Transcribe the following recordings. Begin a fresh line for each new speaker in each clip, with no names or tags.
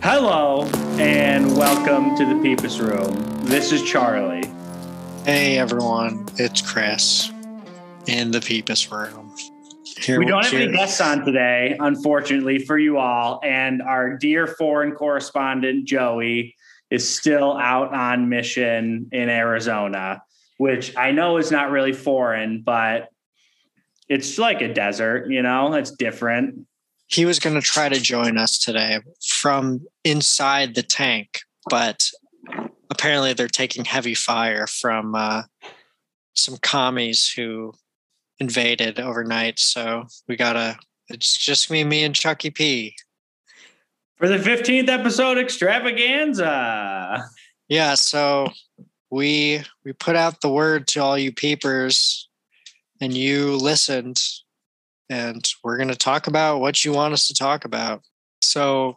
Hello and welcome to the Peepus Room. This is Charlie.
Hey everyone, it's Chris in the Peepus Room. Here,
We don't have any
here-
guests on today, unfortunately, for you all. And our dear foreign correspondent, Joey, is still out on mission in Arizona, which I know is not really foreign, but it's like a desert, you know, it's different.
He was going to try to join us today from inside the tank, but apparently they're taking heavy fire from uh, some commies who invaded overnight. So we gotta. It's just me, me and Chucky P.
For the 15th episode extravaganza.
Yeah, so we we put out the word to all you peepers and you listened and we're going to talk about what you want us to talk about. So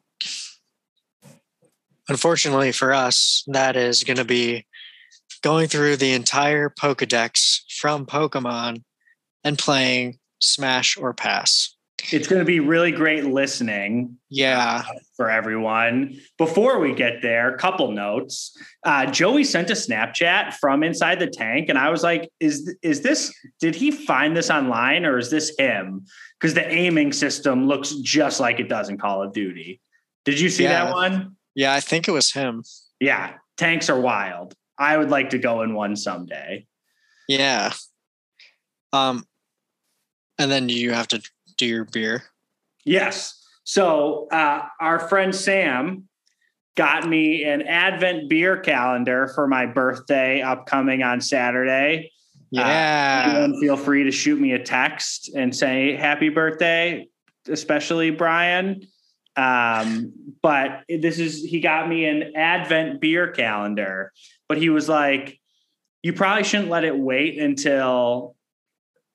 unfortunately for us that is going to be going through the entire Pokédex from Pokemon and playing Smash or Pass.
It's going to be really great listening.
Yeah.
for everyone. Before we get there, couple notes. Uh, Joey sent a Snapchat from inside the tank, and I was like, "Is is this? Did he find this online, or is this him?" Because the aiming system looks just like it does in Call of Duty. Did you see
Yeah.
that one?
Yeah, I think it was him.
Yeah, tanks are wild. I would like to go in one someday.
Yeah. Um and then you have to do your beer.
Yes. So uh, our friend Sam got me an Advent beer calendar for my birthday upcoming on Saturday.
Yeah.
Everyone feel free to shoot me a text and say happy birthday, especially Brian. Um, but this is he got me an Advent beer calendar, but he was like, you probably shouldn't let it wait until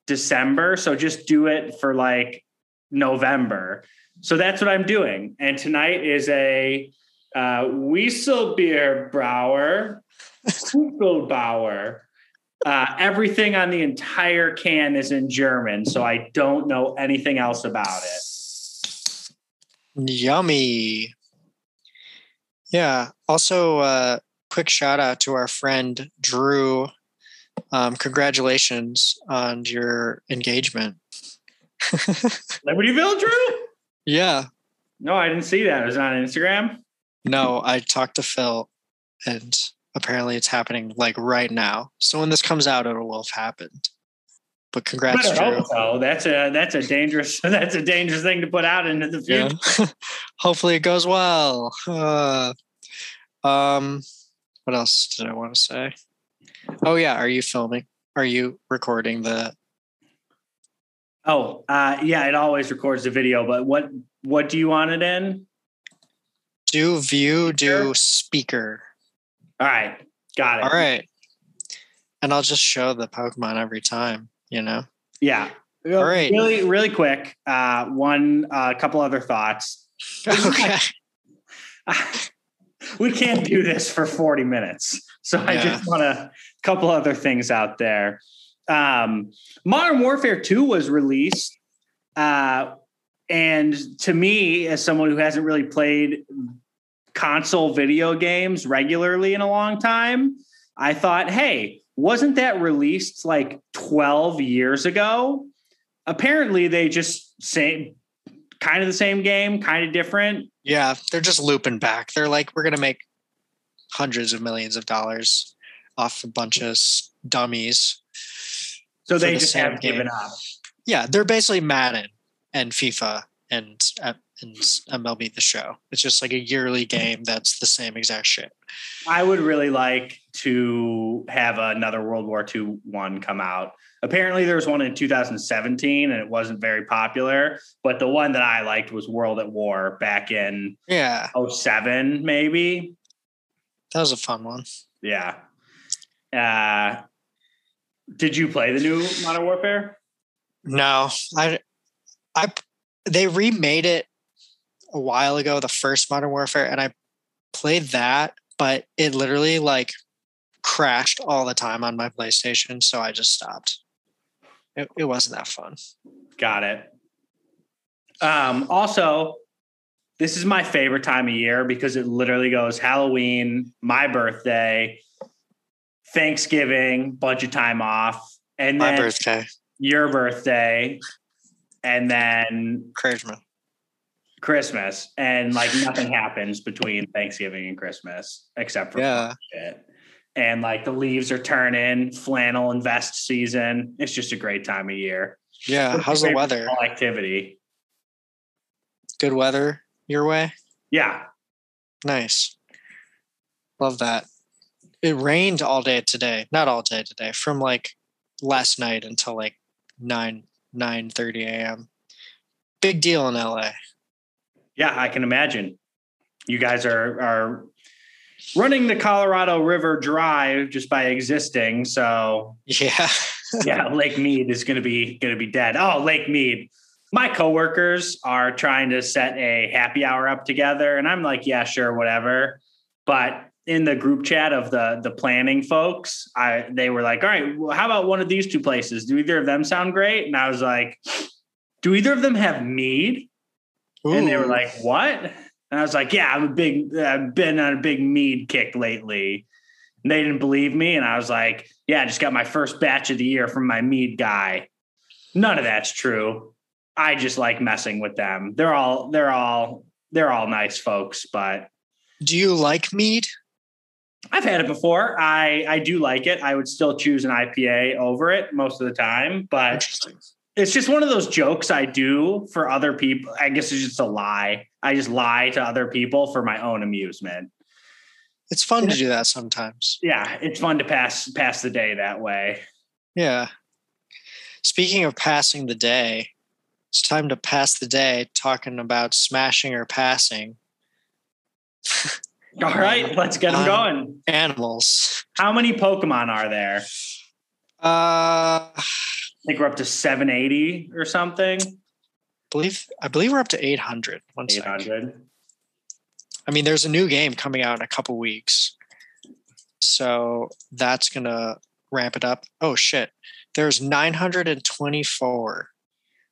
December. So just do it for like November. So that's what I'm doing. And tonight is a uh, Weasel Beer Brower, Kugelbauer. Uh, everything on the entire can is in German, so I don't know anything else about it.
Yummy. Yeah. Also, uh, quick shout out to our friend Drew. Um, congratulations on your engagement.
Libertyville, Drew?
yeah.
No, I didn't see that. It was on Instagram.
No, I talked to Phil and apparently it's happening like right now. So when this comes out, it will have happened. But congrats,
Better
Drew.
hope so. That's a that's a dangerous that's a dangerous thing to put out into the future.
yeah. Hopefully it goes well. Uh, um, what else did I want to say? Oh yeah, are you filming? Are you recording the?
Oh, uh, yeah, it always records the video. But what what do you want it in?
Do view, do
Sure.
speaker.
All right, got it.
All right, and I'll just show the Pokemon every time. You know.
yeah.
All right.
Really, really quick. Uh, one, a couple other thoughts.
Okay.
we can't do this for 40 minutes. So I
Yeah.
just want a couple other things out there. Um, Modern Warfare 2 was released. Uh, and to me, as someone who hasn't really played console video games regularly in a long time, I thought, hey, wasn't that released like 12 years ago? Apparently, they just same kind of the same game, kind of different.
Yeah, they're just looping back. They're like, we're gonna make hundreds of millions of dollars off a bunch of s- dummies.
So
for
they
the
just
same
have given
game.
up.
Yeah, they're basically Madden and FIFA and uh, and MLB The Show. It's just like a yearly game that's the same exact shit.
I would really like to have another World War II one come out. Apparently, there was one in 2017 and it wasn't very popular, but the one that I liked was World at War back in
Yeah,
07, maybe.
that was a fun one.
Yeah. Uh, did you play the new Modern Warfare?
No, I, I, they remade it a while ago, the first Modern Warfare, and I played that, but it literally like crashed all the time on my PlayStation, so I just stopped. It, it wasn't that fun.
Got it. Um, also, This is my favorite time of year because it literally goes Halloween, my birthday, Thanksgiving, bunch of time off, and
My
then
birthday,
your birthday, and then
encouragement.
Christmas. And like nothing happens between Thanksgiving and Christmas except for
Yeah.
shit. And like the leaves are turning, flannel and vest season. It's just a great time of year.
Yeah.
What's
Uh, How's
your
the
favorite
weather?
fall Activity.
Good weather your way?
Yeah.
Nice. Love that. It rained all day today. Not all day today. From like last night until like nine nine thirty a.m. Big deal in LA.
Yeah, I can imagine. You guys are are running the Colorado River dry just by existing. So
Yeah.
yeah, Lake Mead is gonna be gonna be dead. Oh, Lake Mead. My coworkers are trying to set a happy hour up together, and I'm like, yeah, sure, whatever. But in the group chat of the the planning folks, I they were like, all right, well, how about one of these two places? Do either of them sound great? And I was like, do either of them have mead? And they were
Ooh.
like, "What?" And I was like, "Yeah, I'm a big. I've been on a big mead kick lately." And they didn't believe me, and I was like, "Yeah, I just got my first batch of the year from my mead guy." None of that's true. I just like messing with them. They're all they're all they're all nice folks, but
Do you like mead?
I've had it before. I I do like it. I would still choose an IPA over it most of the time, but
Interesting.
it's just one of those jokes I do for other people. I guess it's just a lie. I just lie to other people for my own amusement.
It's fun to do that sometimes.
Yeah, it's fun to pass pass the day that way.
Yeah. Speaking of passing the day, it's time to pass the day talking about smashing or passing
All right, Uh, let's get them
Um,
going.
animals.
How many Pokemon are there? I
Uh, I
think we're up to 780 or something.
believe I believe we're up to 800. One sec.
800.
I mean, there's a new game coming out in a couple weeks. So that's going to ramp it up. Oh shit. There's 924.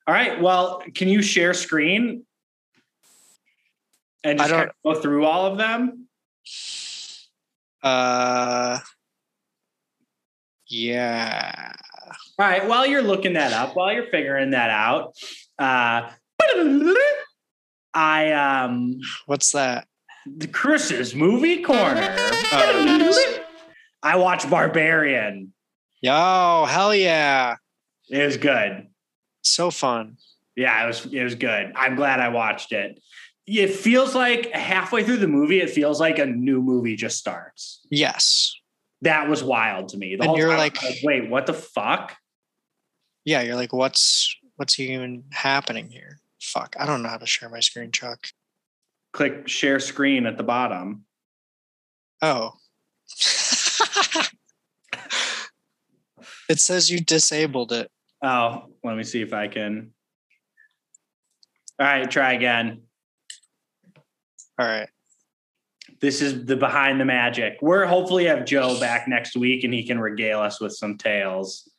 All right. Well, can you share screen? And
I
just
don't-
kind of go through all of them.
Uh Yeah.
All right. While you're looking that up, while you're figuring that out, uh, I um,
What's that?
the Chris's movie corner.
Oh.
I watched Barbarian.
Yo, hell yeah.
It was good.
So fun.
Yeah, it was it was good. I'm glad I watched it. It feels like halfway through the movie, it feels like a new movie just starts.
Yes.
That was wild to me. The
And
whole
you're
time, I
like-
was wait, what the fuck?
Yeah, you're like, what's what's even happening here? Fuck. I don't know how to share my screen, Chuck.
Click share screen at the bottom.
Oh. it says you disabled it.
Oh, let me see if I can. All right, try again.
All right.
This is the behind the magic. We're hopefully have Joe back next week and he can regale us with some tales.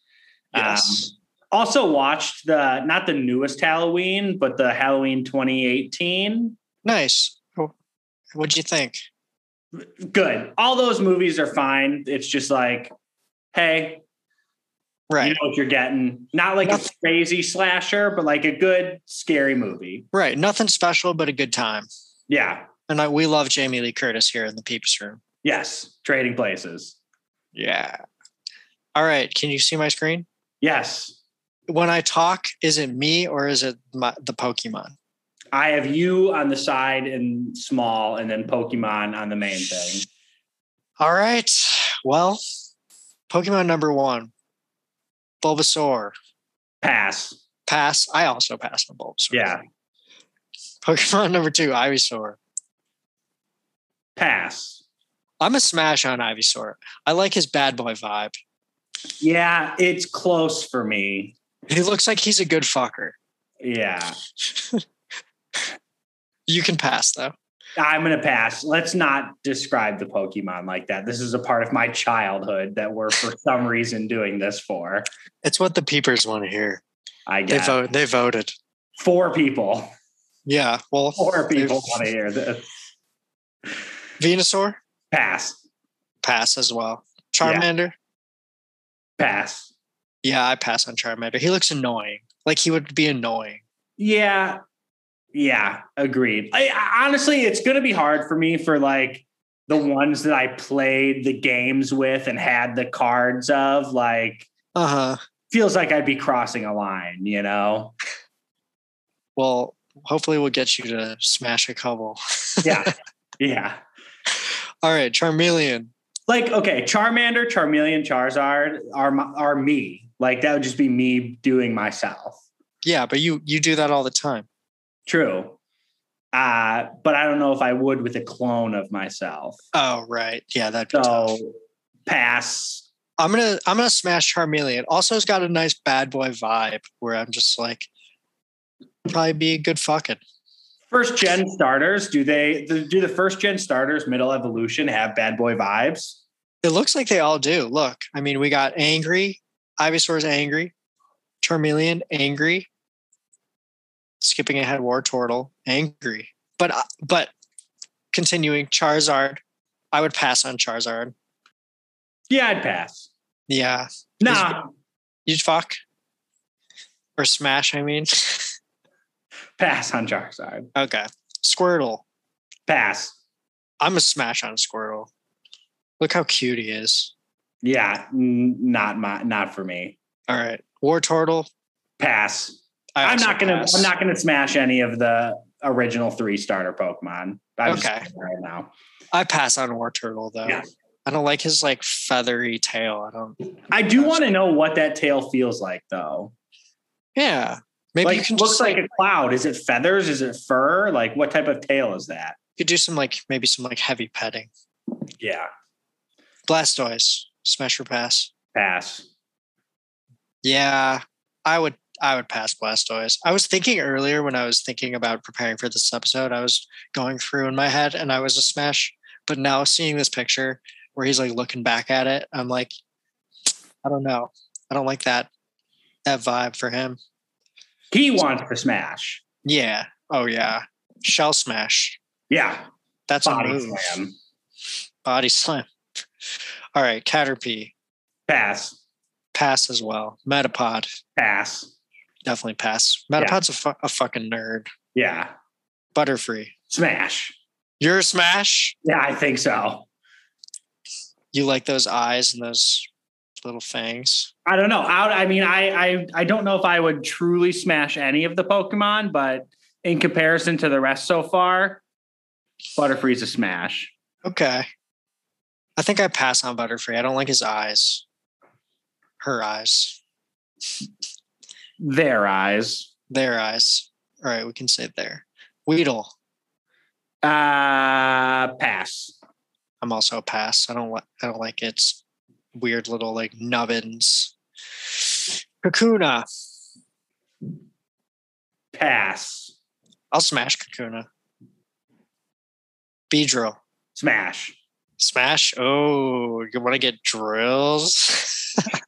Um,
Yes.
also watched the not the newest Halloween, but the Halloween 2018.
nice. Oh, What'd you think?
Good. All those movies are fine. It's just like, hey,
Right.
you know what you're getting. Not like
Nothing.
a crazy slasher, but like a good scary movie.
right. Nothing special, but a good time.
Yeah.
And I, we love Jamie Lee Curtis here in the Peeps room.
Yes. Trading places.
Yeah. All right. Can you see my screen?
Yes.
When I talk, is it me or is it my, the Pokemon?
I have you on the side and small, and then Pokemon on the main thing.
All right. Well, Pokemon number one, Bulbasaur.
Pass.
Pass. I also pass on Bulbasaur.
Yeah.
Pokemon number two, Ivysaur.
Pass.
I'm a smash on Ivysaur. I like his bad boy vibe.
Yeah, it's close for me.
He looks like he's a good fucker.
Yeah.
You can pass though.
I'm gonna pass. Let's not describe the Pokemon like that. This is a part of my childhood that we're for some reason doing this for.
It's what the peepers want to hear.
I
They
guess
vote. They voted.
four people.
Yeah. Well,
More people want to hear this.
Venusaur
Pass.
pass as well. Charmander.
Pass.
Yeah, I pass on Charmander. He looks annoying. Like he would be annoying.
Yeah. Yeah. Agreed. I, I- honestly, it's going to be hard for me for like the ones that I played the games with and had the cards of. Like,
Uh huh.
feels like I'd be crossing a line, you know?
Well, hopefully we'll get you to smash a couple.
Yeah. yeah.
All right, Charmeleon.
Like, okay, Charmander, Charmeleon, Charizard are, my, are me. Like, that would just be me doing myself.
Yeah, but you you do that all the time.
True. Uh, but I don't know if I would with a clone of myself.
Oh right. Yeah, that'd be tough.
So pass.
I'm gonna I'm gonna smash Charmeleon. Also, it's got a nice bad boy vibe where I'm just like probably be a good fucking.
First gen starters, do they do the first gen starters middle evolution have bad boy vibes?
It looks like they all do. Look, I mean, we got angry, Ivysaur's angry, Charmeleon angry, skipping ahead War Turtle angry. But uh, but continuing Charizard, I would pass on Charizard.
Yeah, I'd pass.
Yeah,
Nah,
you'd fuck or smash. I mean,
pass on Charizard.
okay, Squirtle.
Pass.
I'm a smash on Squirtle. Look how cute he is.
Yeah, n- not my, not for me.
All right, War Turtle.
Pass.
I
I'm
also
not gonna.
pass.
I'm not gonna smash any of the original three starter Pokemon. I'm just
Okay.
saying right now.
I pass on War Turtle though.
Yeah.
I don't like his like feathery tail. I don't.
I do want to know what that tail feels like, though.
Yeah, maybe
like,
you can
looks
just
like
like,
a cloud. Is it feathers? Is it fur? Like, what type of tail is that?
you could do some like maybe some like heavy petting.
Yeah.
Blastoise, smash or pass.
Pass.
Yeah, I would. I would pass Blastoise. I was thinking earlier when I was thinking about preparing for this episode, I was going through in my head and I was a smash. But now seeing this picture where he's like looking back at it, I'm like, I don't know. I don't like that that vibe for him.
He wants to smash.
Yeah. Oh yeah. Shell smash.
Yeah.
That's a
Body
move.
slam.
Body slam. All right, Caterpie,
Pass.
pass as well. Metapod,
Pass.
definitely pass.
Yeah.
Metapod's a, fu- a fucking nerd.
Yeah.
Butterfree,
Smash.
you're a smash.
Yeah, I think so.
You like those eyes and those little fangs.
I don't know. I, I mean, I, I I don't know if I would truly smash any of the Pokemon, but in comparison to the rest so far, Butterfree's a smash.
Okay. I think I pass on Butterfree. I don't like his eyes. Her eyes.
Their eyes.
Their eyes. All right, we can say there. Weedle.
Uh pass.
I'm also a pass. I don't like I don't like its weird little like nubbins. Kakuna.
Pass.
I'll smash Kakuna. Beedrill.
Smash.
Smash. Oh, you want to get drills?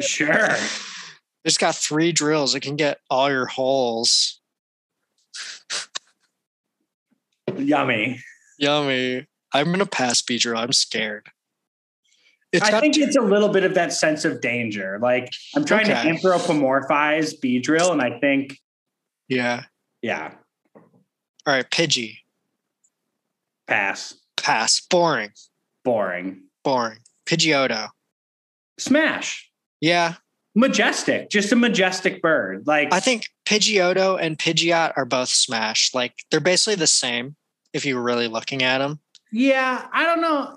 Sure.
it's got three drills. It can get all your holes.
Yummy.
Yummy. I'm gonna pass Beedrill. I'm scared. It's
I
got
think it's a little bit of that sense of danger. Like I'm trying to
Okay.
anthropomorphize Beedrill, and I think,
yeah.
yeah,
All right, Pidgey.
pass.
Pass. Boring.
Boring.
Boring. Pidgeotto.
Smash.
Yeah.
Majestic. Just a majestic bird. Like
I think Pidgeotto and Pidgeot are both smash. Like they're basically the same if you were really looking at them.
Yeah, I don't know.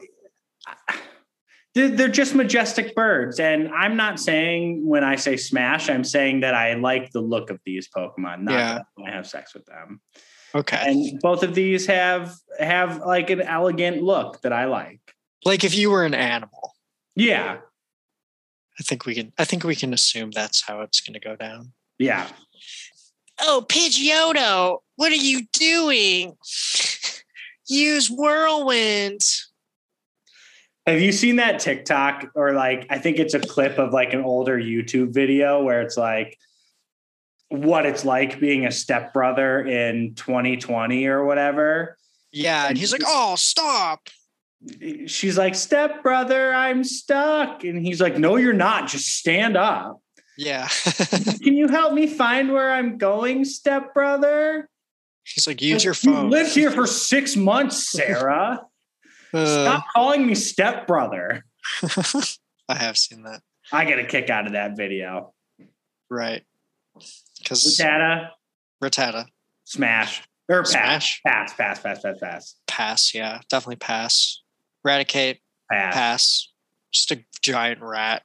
They're, they're just majestic birds. And I'm not saying when I say smash, I'm saying that I like the look of these Pokemon, not
Yeah.
that I wanna have sex with them.
Okay.
And both of these have have like an elegant look that I like.
Like if you were an animal.
Yeah.
I think we can. I think we can assume that's how it's going to go down.
Yeah.
Oh, Pidgeotto, what are you doing? Use whirlwind.
Have you seen that TikTok or like I think it's a clip of like an older YouTube video where it's like what it's like being a stepbrother in 2020 or whatever.
Yeah, and he's like, "Oh, stop!"
She's like, stepbrother, I'm stuck. And he's like, no, you're not. Just stand up.
Yeah,
Can you help me find where I'm going, stepbrother?
he's like, "Use your
You
phone."
lived here for six months, Sarah.
Uh,
Stop calling me stepbrother.
I have seen that.
I get a kick out of that video.
Right, because
Data,
Rattata
smash. Or pass.
Smash?
Pass, pass, pass, pass, pass.
pass. Yeah, definitely pass. Eradicate
Pass.
pass. Just a giant rat.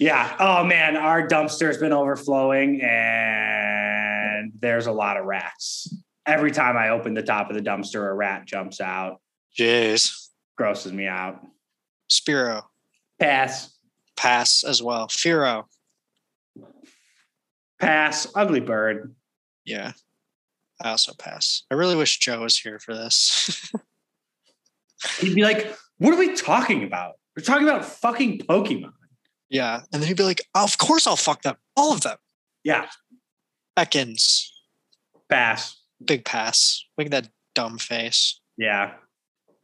Yeah. Oh man, our dumpster's been overflowing and there's a lot of rats. Every time I open the top of the dumpster, a rat jumps out,
Jeez.
grosses me out.
Spiro
Pass.
pass as well. Firo.
Pass. Ugly bird.
Yeah. I also pass. I really wish Joe was here for this.
He'd be like, what are we talking about? We're talking about fucking Pokemon.
yeah. And then he'd be like, of course I'll fuck them. All of them.
Yeah.
Ekans.
Pass.
Big pass. Look at that dumb face.
Yeah.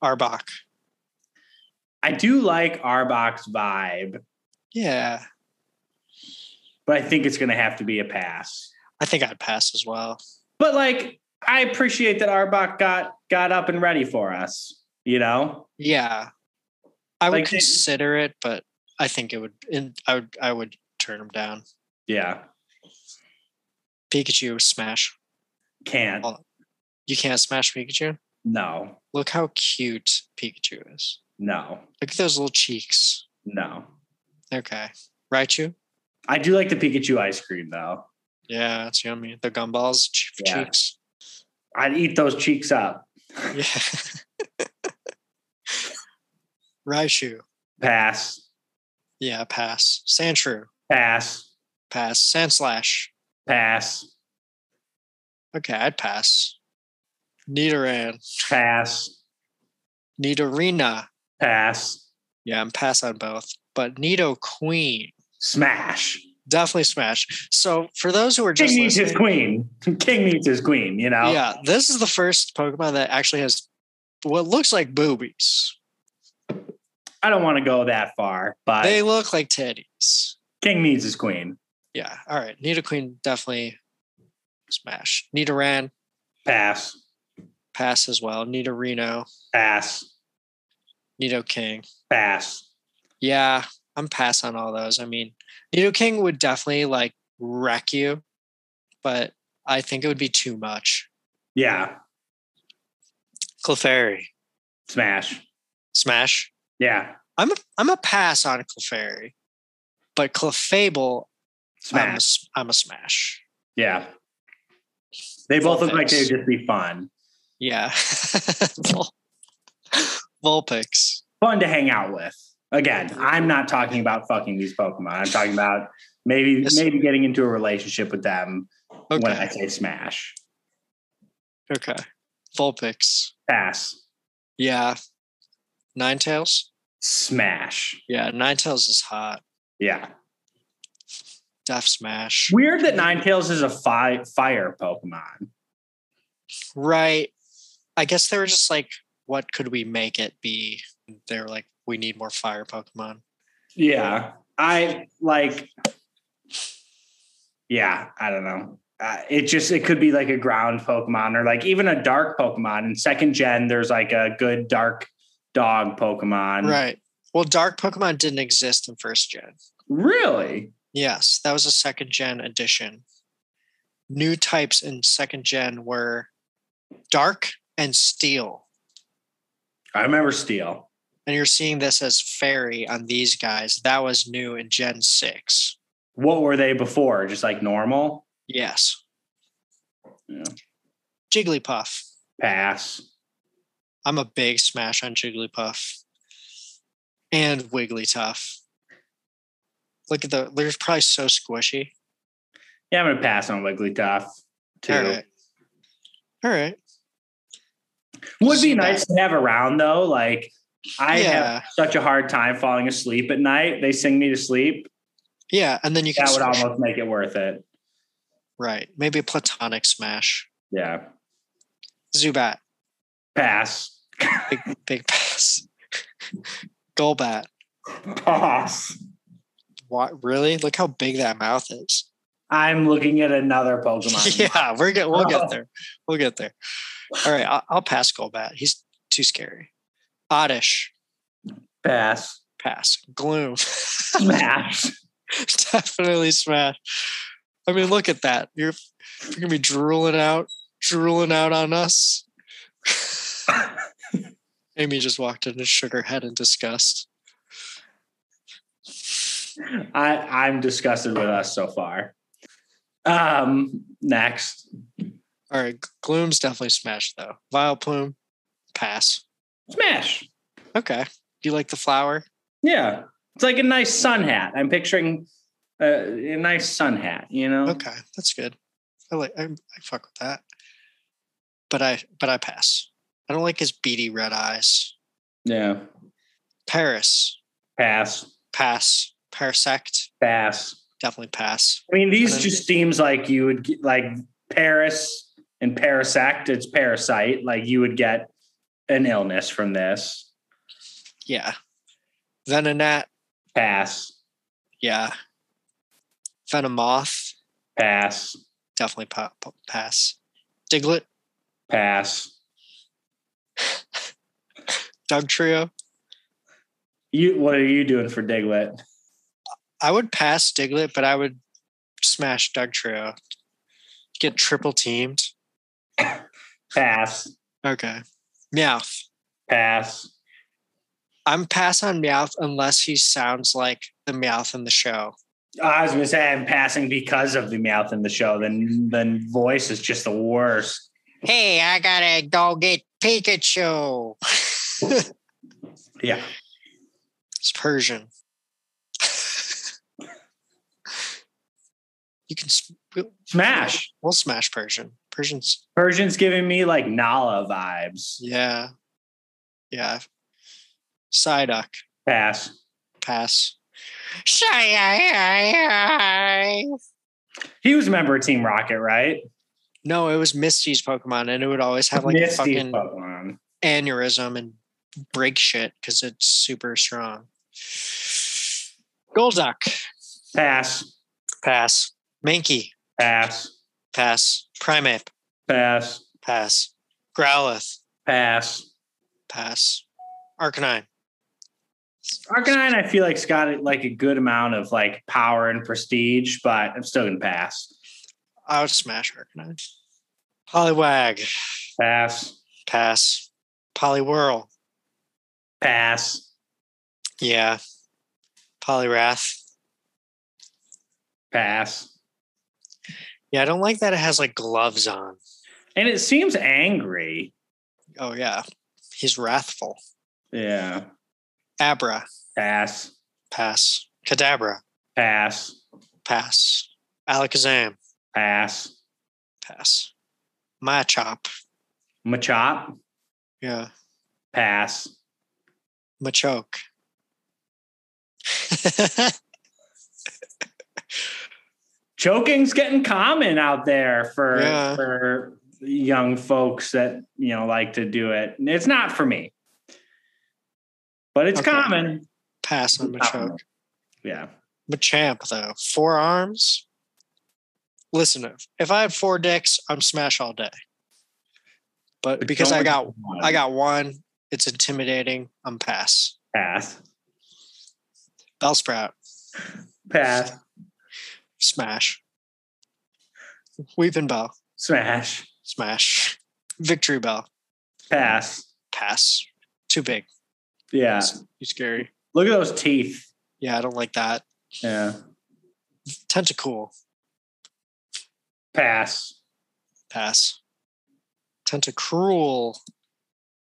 Arbok.
I do like Arbok's vibe,
Yeah.
but I think it's gonna have to be a pass.
I think I'd pass as well.
But like I appreciate that Arbok got got up and ready for us, you know?
Yeah. I would
Like-
consider it, but I think it would and I would I would turn him down.
Yeah.
Pikachu smash.
Can't.
All- You can't smash Pikachu.
No,
Look how cute Pikachu is.
no,
Look at those little cheeks.
no.
Okay. Raichu?
I do like the Pikachu ice cream though.
Yeah, it's yummy. The gumballs, ch-
Yeah.
cheeks.
I'd eat those cheeks up.
Yeah. Raichu.
Pass,
Yeah, pass. Sandshrew.
pass,
Pass. Sandslash.
pass,
Okay, I'd pass. Nidoran.
pass,
Nidorina.
pass,
Yeah, I'm pass on both. But Nido Queen.
smash.
Definitely smash. So for those who are
King
just
needs his
listening,
queen. King needs his queen, you know?
yeah, this is the first Pokemon that actually has what looks like boobies.
I don't want to go that far, but
They look like titties.
King needs his queen.
Yeah. All right. Nita Queen definitely smash. Nita Ran
Pass,
pass as well. Nita Reno,
pass,
Nito King.
pass.
Yeah, I'm pass on all those. I mean, Nito King would definitely like wreck you, but I think it would be too much.
Yeah,
Clefairy
smash.
smash.
Yeah,
I'm a, I'm a pass on Clefairy, but Clefable I'm a,
smash.
s- I'm a smash.
Yeah. They both look like
Vulpix.
they'd just be fun.
Yeah. Vul- Vulpix.
fun to hang out with. Again, I'm not talking about fucking these Pokemon. I'm talking about maybe
Yes.
maybe getting into a relationship with them when I
Okay.
say smash.
Okay. Vulpix.
Pass.
Yeah. Nine Tails?
Smash.
Yeah, Nine Tails is hot.
Yeah.
Def Smash.
Weird that Ninetales is a fi- fire Pokemon.
Right. I guess they were just like, what could we make it be? They were like, we need more fire Pokemon.
Yeah. I like Yeah, I don't know. Uh, it just it could be like a ground Pokemon or like even a dark Pokemon. In second gen, there's like a good dark dog Pokemon.
Right. Well, Dark Pokemon didn't exist in first gen.
Really?
Yes, that was a second gen addition. New types in second gen were Dark and Steel.
I remember Steel.
And you're seeing this as Fairy on these guys. That was new in Gen 6.
What were they before? Just like normal?
Yes.
Yeah.
Jigglypuff.
Pass.
I'm a big smash on Jigglypuff. And Wigglytuff. Look at the they're probably so squishy.
Yeah, I'm gonna pass on Wigglytuff too.
All right. All right.
Would be
Yeah.
nice to have around though. Like I
yeah.
have such a hard time falling asleep at night. They sing me to sleep.
Yeah. And then you can
That would
smash-
almost make it worth it.
Right. Maybe a platonic smash.
Yeah.
Zubat.
Pass.
Big big pass. Golbat.
Pass.
What really? Look how big that mouth is.
I'm looking at another Pokemon.
Yeah, we're get, we'll get there. We'll get there. All right, I'll, I'll pass Golbat. He's too scary. Oddish,
Pass.
pass. Gloom,
Smash.
definitely smash. I mean, look at that. You're, you're gonna be drooling out, drooling out on us. Amy just walked in and shook her head in disgust.
I, I'm disgusted with us so far. Um, next.
All right, Gloom's definitely smashed though. Vileplume, pass.
Smash.
Okay. Do you like the flower?
Yeah. It's like a nice sun hat. I'm picturing uh, a nice sun hat, you know?
Okay, that's good. I like I, I fuck with that. But I but I pass. I don't like his beady red eyes.
Yeah.
Paris
Pass.
pass. Parasect
Pass.
definitely pass.
I mean, these
And then-
just seems like you would get, like Paris and Parasect. It's parasite. Like you would get an illness from this.
Yeah. Venonat
Pass,
yeah. Venomoth
pass,
definitely pa- pa- pass. Diglett
pass.
Doug Trio.
You, what are you doing for Diglett?
I would pass Diglett, but I would smash Doug Trio. Get triple teamed.
Pass,
Okay. Meowth.
pass.
I'm pass on Meowth unless he sounds like the Meowth in the show.
I was gonna say I'm passing because of the mouth in the show. Then, then voice is just the worst.
Hey, I gotta go get Pikachu.
Yeah,
It's Persian. you can. s- we'll-
smash.
We'll smash Persian. Persian's.
Persian's giving me like Nala vibes.
Yeah. Yeah. Psyduck.
Pass.
Pass. Shy.
He was a member of Team Rocket, right?
No, it was Misty's Pokemon, and it would always have like
Misty's
a fucking
Pokemon.
aneurysm and break shit because it's super strong. Golduck,
Pass,
pass. Mankey,
pass,
pass. Primeape,
pass.
pass. Growlithe,
Pass.
pass. Arcanine,
Arcanine, I feel like, has got like a good amount of like power and prestige, but I'm still gonna pass.
I would smash Arcanine. Poliwag,
Pass.
pass. Poliwhirl,
Pass.
yeah. Poliwrath,
Pass.
yeah. I don't like that it has like gloves on.
And it seems angry.
Oh yeah, he's wrathful.
Yeah.
Abra,
Pass.
pass. Kadabra,
Pass.
pass. Alakazam,
Pass.
Pass. My chop.
Machop.
Yeah.
Pass.
Machoke.
Choking's getting common out there for
Yeah.
for young folks that you know like to do it. It's not for me, but it's
Okay.
common.
Pass on Machoke.
Yeah.
Machamp, though. Four arms. Listen, if- if I had four dicks, I'm smash all day. But because I got I got one, it's intimidating. I'm pass.
pass.
Bellsprout,
Pass.
smash. Weeping Bell,
Smash.
smash. Victory Bell,
Pass.
pass. Too big.
Yeah.
Too scary.
Look at those teeth.
Yeah, I don't like that.
Yeah.
Tentacool,
Pass.
Pass. Tentacruel.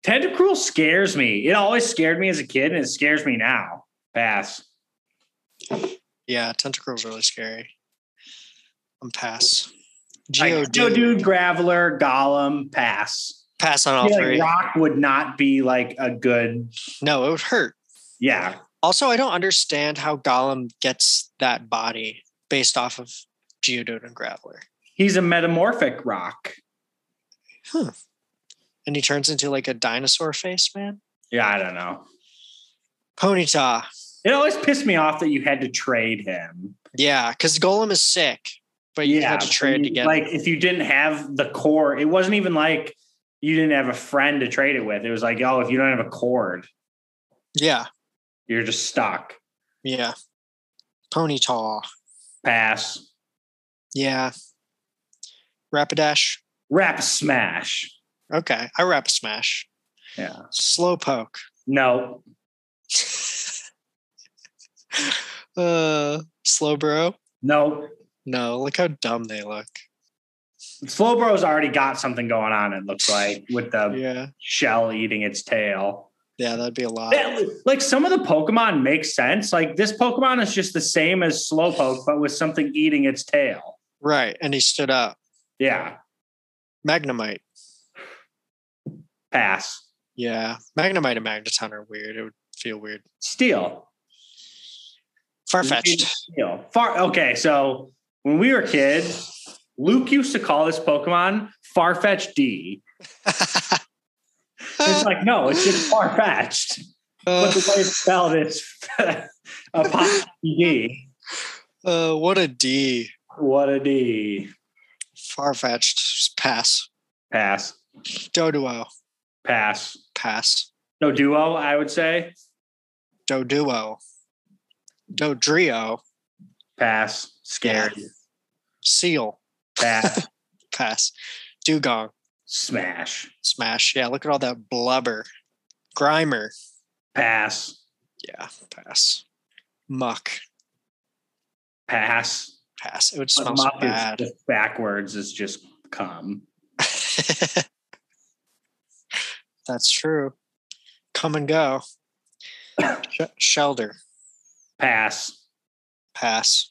Tentacruel scares me. It always scared me as a kid and it scares me now. Pass.
Yeah, Tentacruel's really scary. I'm pass.
Like,
Geodude.
Geodude, Graveler, Gollum, pass.
Pass on all
Yeah,
three.
Rock would not be like a good.
No, it would hurt.
Yeah.
Also, I don't understand how Gollum gets that body based off of Geodude and Graveler.
He's a metamorphic rock.
Huh. And he turns into like a dinosaur face man.
Yeah, I don't know.
Ponyta.
It always pissed me off that you had to trade him.
Yeah, because Golem is sick, but you had to trade
you-
to get.
Like if you didn't have the core, it wasn't even like you didn't have a friend to trade it with. It was like, oh, if you don't have a cord,
yeah,
you're just stuck.
yeah. Ponyta.
Pass.
Yeah. Rapidash.
Rap smash.
Okay, I rap smash.
Yeah.
Slowpoke.
No.
uh, Slowbro.
No.
No, look how dumb they look.
Slowbro's already got something going on, it looks like, with the
Yeah,
shell eating its tail.
yeah, that'd be a lot.
That- like some of the Pokemon make sense. Like this Pokemon is just the same as Slowpoke, but with something eating its tail.
Right, and he stood up.
Yeah.
Magnemite.
Pass.
Yeah, Magnemite and Magneton are weird. It would feel weird.
Steel.
Farfetched.
Steel. Far okay, so when we were kids, Luke used to call this Pokemon Farfetch D. It's like, no, it's just far-fetched. But the way it's spelled is apostrophe D.
uh, what a D.
What a D.
Farfetched. Pass.
Pass.
Doduo.
Pass.
Pass.
No duo, I would say.
Doduo. Dodrio.
Pass. Scared.
Seal.
Pass.
Pass. Dugong.
Smash.
Smash. Yeah, look at all that blubber. Grimer.
Pass.
Yeah, pass. Muck.
Pass.
Pass. It would
But
smell so
mop is
bad.
just backwards is just come.
That's true. Come and go. Sh- shelter.
Pass.
Pass.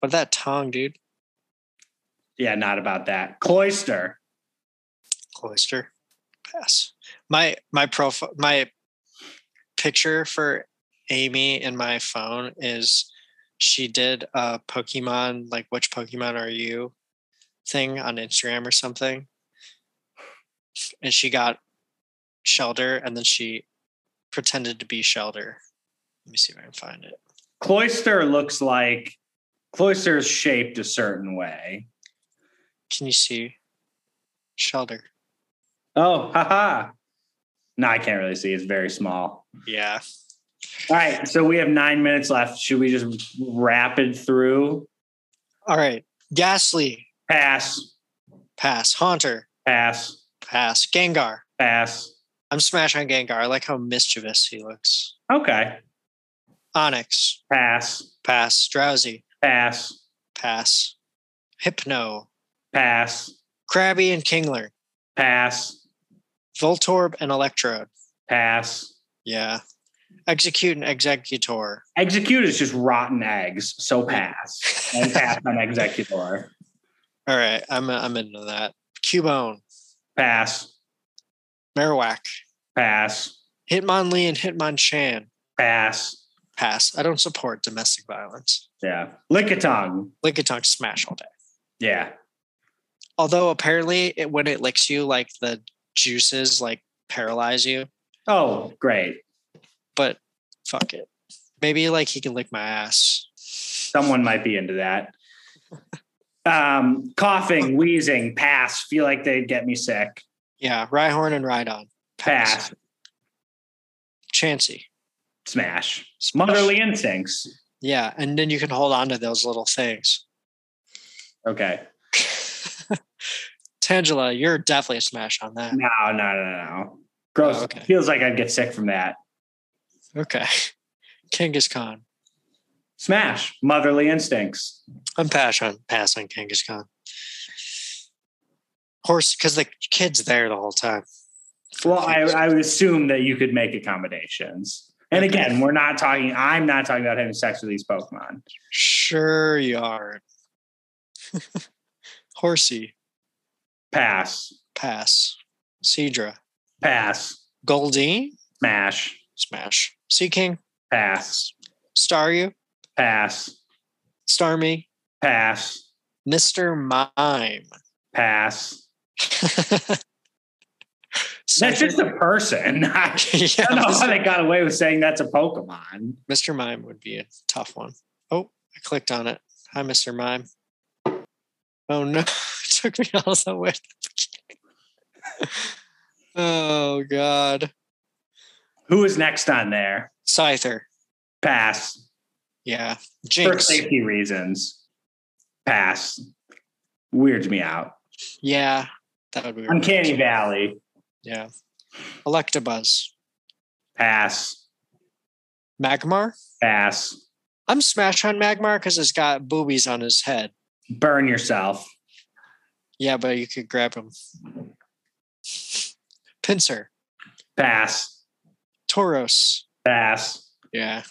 What that tongue, dude?
Yeah, not about that. Cloister.
Cloister. Pass. My my profile my picture for Amy in my phone is she did a Pokemon like which Pokemon are you thing on Instagram or something. And she got Shelter and then she pretended to be Shelter. Let me see if I can find it.
Cloister looks like Cloister is shaped a certain way.
Can you see Shelter?
Oh, haha. No, I can't really see. It's very small.
Yeah.
All right. So we have nine minutes left. Should we just rapid through?
All right. Ghastly.
Pass,
Pass. Haunter.
pass,
Pass. Gengar.
pass.
I'm smashing on Gengar. I like how mischievous he looks.
Okay.
Onyx,
Pass,
pass. Drowsy,
pass,
pass. Hypno,
pass,
Krabby and Kingler,
pass,
Voltorb and Electrode.
pass.
Yeah. Execute and Executor.
Execute is just rotten eggs. So pass and pass on executor.
All right, I'm I'm into that. Cubone,
Pass,
Marowak,
pass,
Hitmonlee and Hitmonchan.
pass.
Pass. I don't support domestic violence.
Yeah. Lickitung.
Lickitung smash all day.
Yeah.
Although apparently it, when it licks you, like the juices like paralyze you.
Oh, great.
but fuck it. Maybe like he can lick my ass.
Someone might be into that. Um, coughing, wheezing, pass. Feel like they'd get me sick.
Yeah, Rhyhorn and Rhydon.
Pass.
Chansey.
Smash.
Smash.
Motherly instincts.
Yeah, and then you can hold on to those little things.
Okay.
Tangela, you're definitely a smash on that.
No, no, no, no. Gross.
Oh, okay.
Feels like I'd get sick from that.
Okay. Kangaskhan.
Smash. Motherly instincts.
I'm pass on pass on Kangaskhan. Horse, because the kid's there the whole time.
Well, I, I would assume that you could make accommodations. And
Okay.
again, we're not talking, I'm not talking about having sex with these Pokemon.
Sure you are. Horsey,
Pass,
pass. Cedra.
pass,
Goldeen,
smash,
Smash. Sea King.
pass,
Staryu.
pass,
Starmie.
pass,
Mr. Mime.
Pass.
So
That's just a person. I
yeah,
don't know how
Mr.
they got away with saying that's a Pokemon.
Mr. Mime would be a tough one. Oh, I clicked on it. Hi, Mr. Mime. Oh no, it took me all the way. to the beginning. oh god.
Who is next on there?
Scyther.
Pass.
Yeah.
For
Jinx.
safety reasons. Pass. Weirds me out.
Yeah. That would be weird.
Uncanny Valley.
Yeah. Electabuzz.
Pass.
Magmar?
Pass.
I'm smash on Magmar because it's got boobies on his head.
Burn yourself.
Yeah, but you could grab him. Pincer.
Pass.
Tauros.
Pass.
Yeah.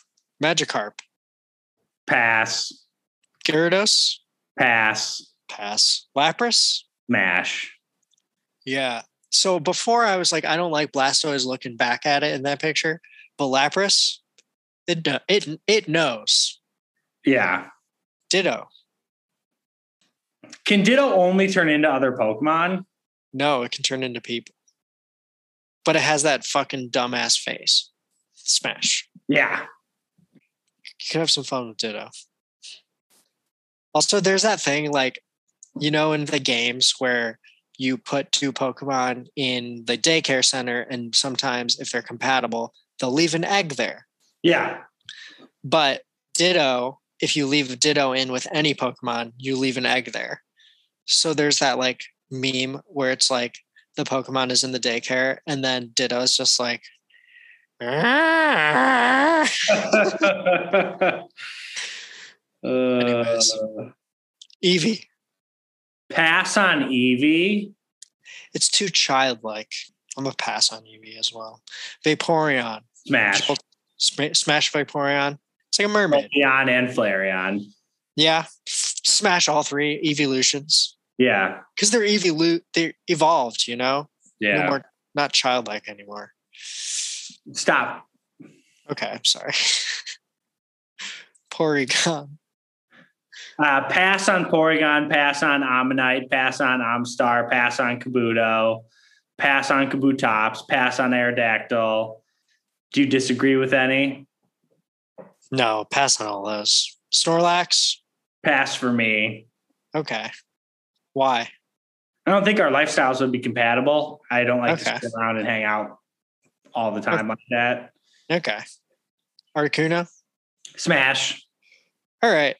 Magikarp.
Pass.
Gyarados.
Pass.
Pass. Lapras?
Mash.
Yeah. So before I was like, I don't like Blastoise looking back at it in that picture, but Lapras, it kno- it it knows.
Yeah.
Ditto.
Can Ditto only turn into other Pokemon?
No, it can turn into people. But it has that fucking dumbass face. Smash.
Yeah.
You could have some fun with Ditto. Also, there's that thing like, you know, in the games where you put two Pokemon in the daycare center, and sometimes if they're compatible, they'll leave an egg there.
Yeah.
But Ditto, if you leave Ditto in with any Pokemon, you leave an egg there. So there's that like meme where it's like the Pokemon is in the daycare and then Ditto is just like, "Ah." Anyways.
Uh,
Eevee.
pass on Eevee.
It's too childlike. I'm a pass on Eevee as well. Vaporeon.
Smash.
Sm- Smash Vaporeon. It's like a mermaid.
Leon and Flareon.
Yeah. Smash all three evolutions.
Yeah.
Because they're evolu- they're evolved, you know?
Yeah.
no more not childlike anymore.
Stop.
Okay, I'm sorry. Porygon.
Uh, pass on Porygon, pass on Ammonite, pass on Amstar, pass on Kabuto, pass on Kabutops, pass on Aerodactyl. Do you disagree with any?
No, pass on all those. Snorlax.
Pass for me.
Okay. Why?
I don't think our lifestyles would be compatible. I don't like
Okay.
to sit around and hang out all the time like that.
Okay. Articuno.
Smash.
All right.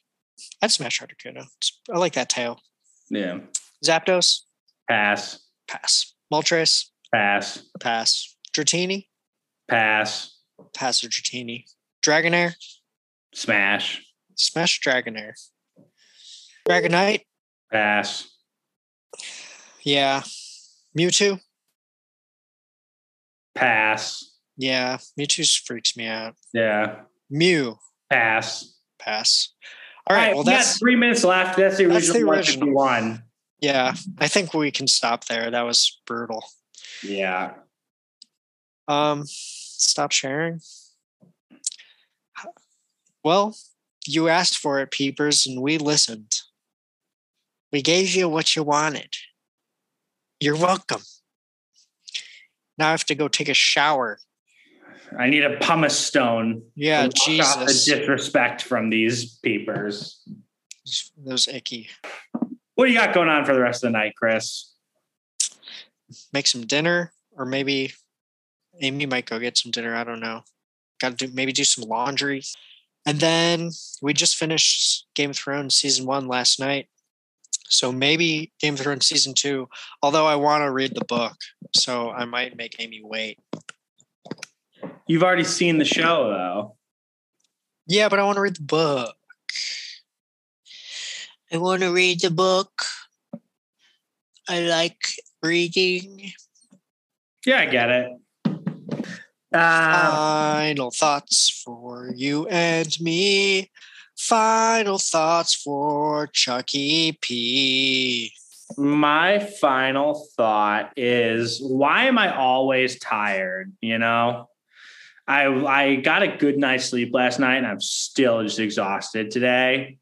I'd smash Articuno. It's- I like that tail.
Yeah.
Zapdos.
Pass.
Pass. Moltres.
Pass.
Pass. Dratini.
Pass.
Pass or Dratini. Dragonair.
Smash.
Smash Dragonair. Dragonite.
Pass.
Yeah. Mewtwo.
Pass.
Yeah. Mewtwo freaks me out.
Yeah.
Mew.
Pass.
pass. All right. Well,
we got
that's
three minutes left. That's the
that's the
original,
original.
one.
yeah. I think we can stop there. That was brutal.
Yeah.
Um, stop sharing. Well, you asked for it, peepers, and we listened. We gave you what you wanted. You're welcome. Now I have to go take a shower.
I need a pumice stone. to
Yeah,
wash off
Jesus,
The disrespect from these peepers.
that was icky.
What do you got going on for the rest of the night, Chris?
Make some dinner, or maybe Amy might go get some dinner. I don't know. got to do maybe do some laundry and then we just finished game of thrones season one last night so maybe game of thrones season two although i want to read the book so i might make amy wait
You've already seen the show, though.
yeah but i want to read the book i want to read the book i like reading
Yeah, I get it. Uh,
Final thoughts for you and me. Final thoughts for Chucky P.
Um, my final thought is why am I always tired? You know, I I got a good night's sleep last night and I'm still just exhausted today.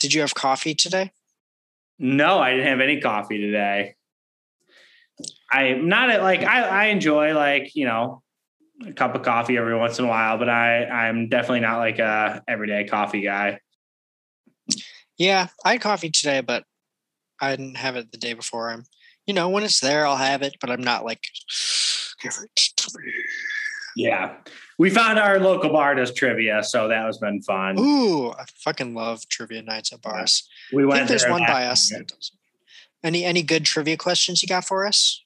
Did you have coffee today?
No, I didn't have any coffee today. I'm not at like I, I enjoy like, you know, a cup of coffee every once in a while, but I, I'm definitely not like a everyday coffee guy.
Yeah, I had coffee today, but I didn't have it the day before. I'm, you know, when it's there, I'll have it, but I'm not like, give it to me.
Yeah. We found our local bar does trivia, so that has been fun.
Ooh, I fucking love trivia nights at bars.
we
I
went
think there's
there
one
last
by us.
year.
That does. Any any good trivia questions you got for us?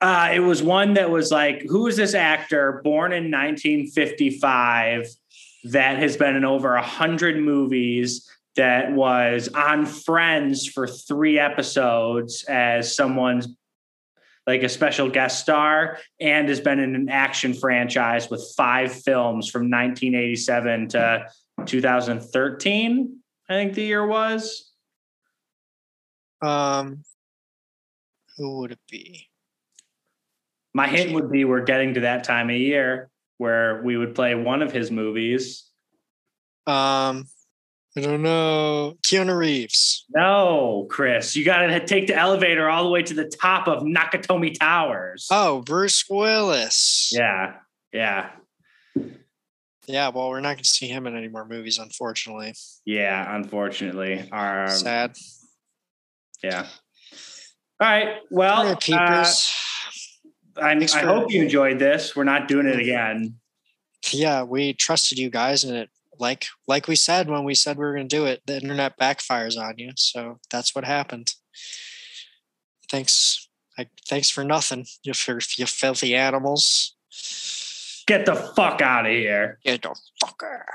Uh, it was one that was like, who is this actor born in 1955 that has been in over a hundred movies that was on Friends for three episodes as someone's like a special guest star and has been in an action franchise with five films from 1987 to 2013, I think the year was.
Um, who would it be?
My hint would be we're getting to that time of year where we would play one of his movies.
Um, I don't know. Keanu Reeves.
No, Chris, you got to take the elevator all the way to the top of Nakatomi Towers.
Oh, Bruce Willis.
Yeah, yeah,
Yeah. Well, we're not going to see him in any more movies, unfortunately.
yeah. Unfortunately, our
Sad.
yeah. All right. Well,
Alright,
uh,
peepers.
I,
Thanks
I
for-
hope you enjoyed this. We're not doing it again.
yeah, we trusted you guys, and it like like we said when we said we were going to do it, the internet backfires on you. So that's what happened. Thanks, I, thanks for nothing, you, fir- you filthy animals.
Get the fuck out of here.
Get the fucker.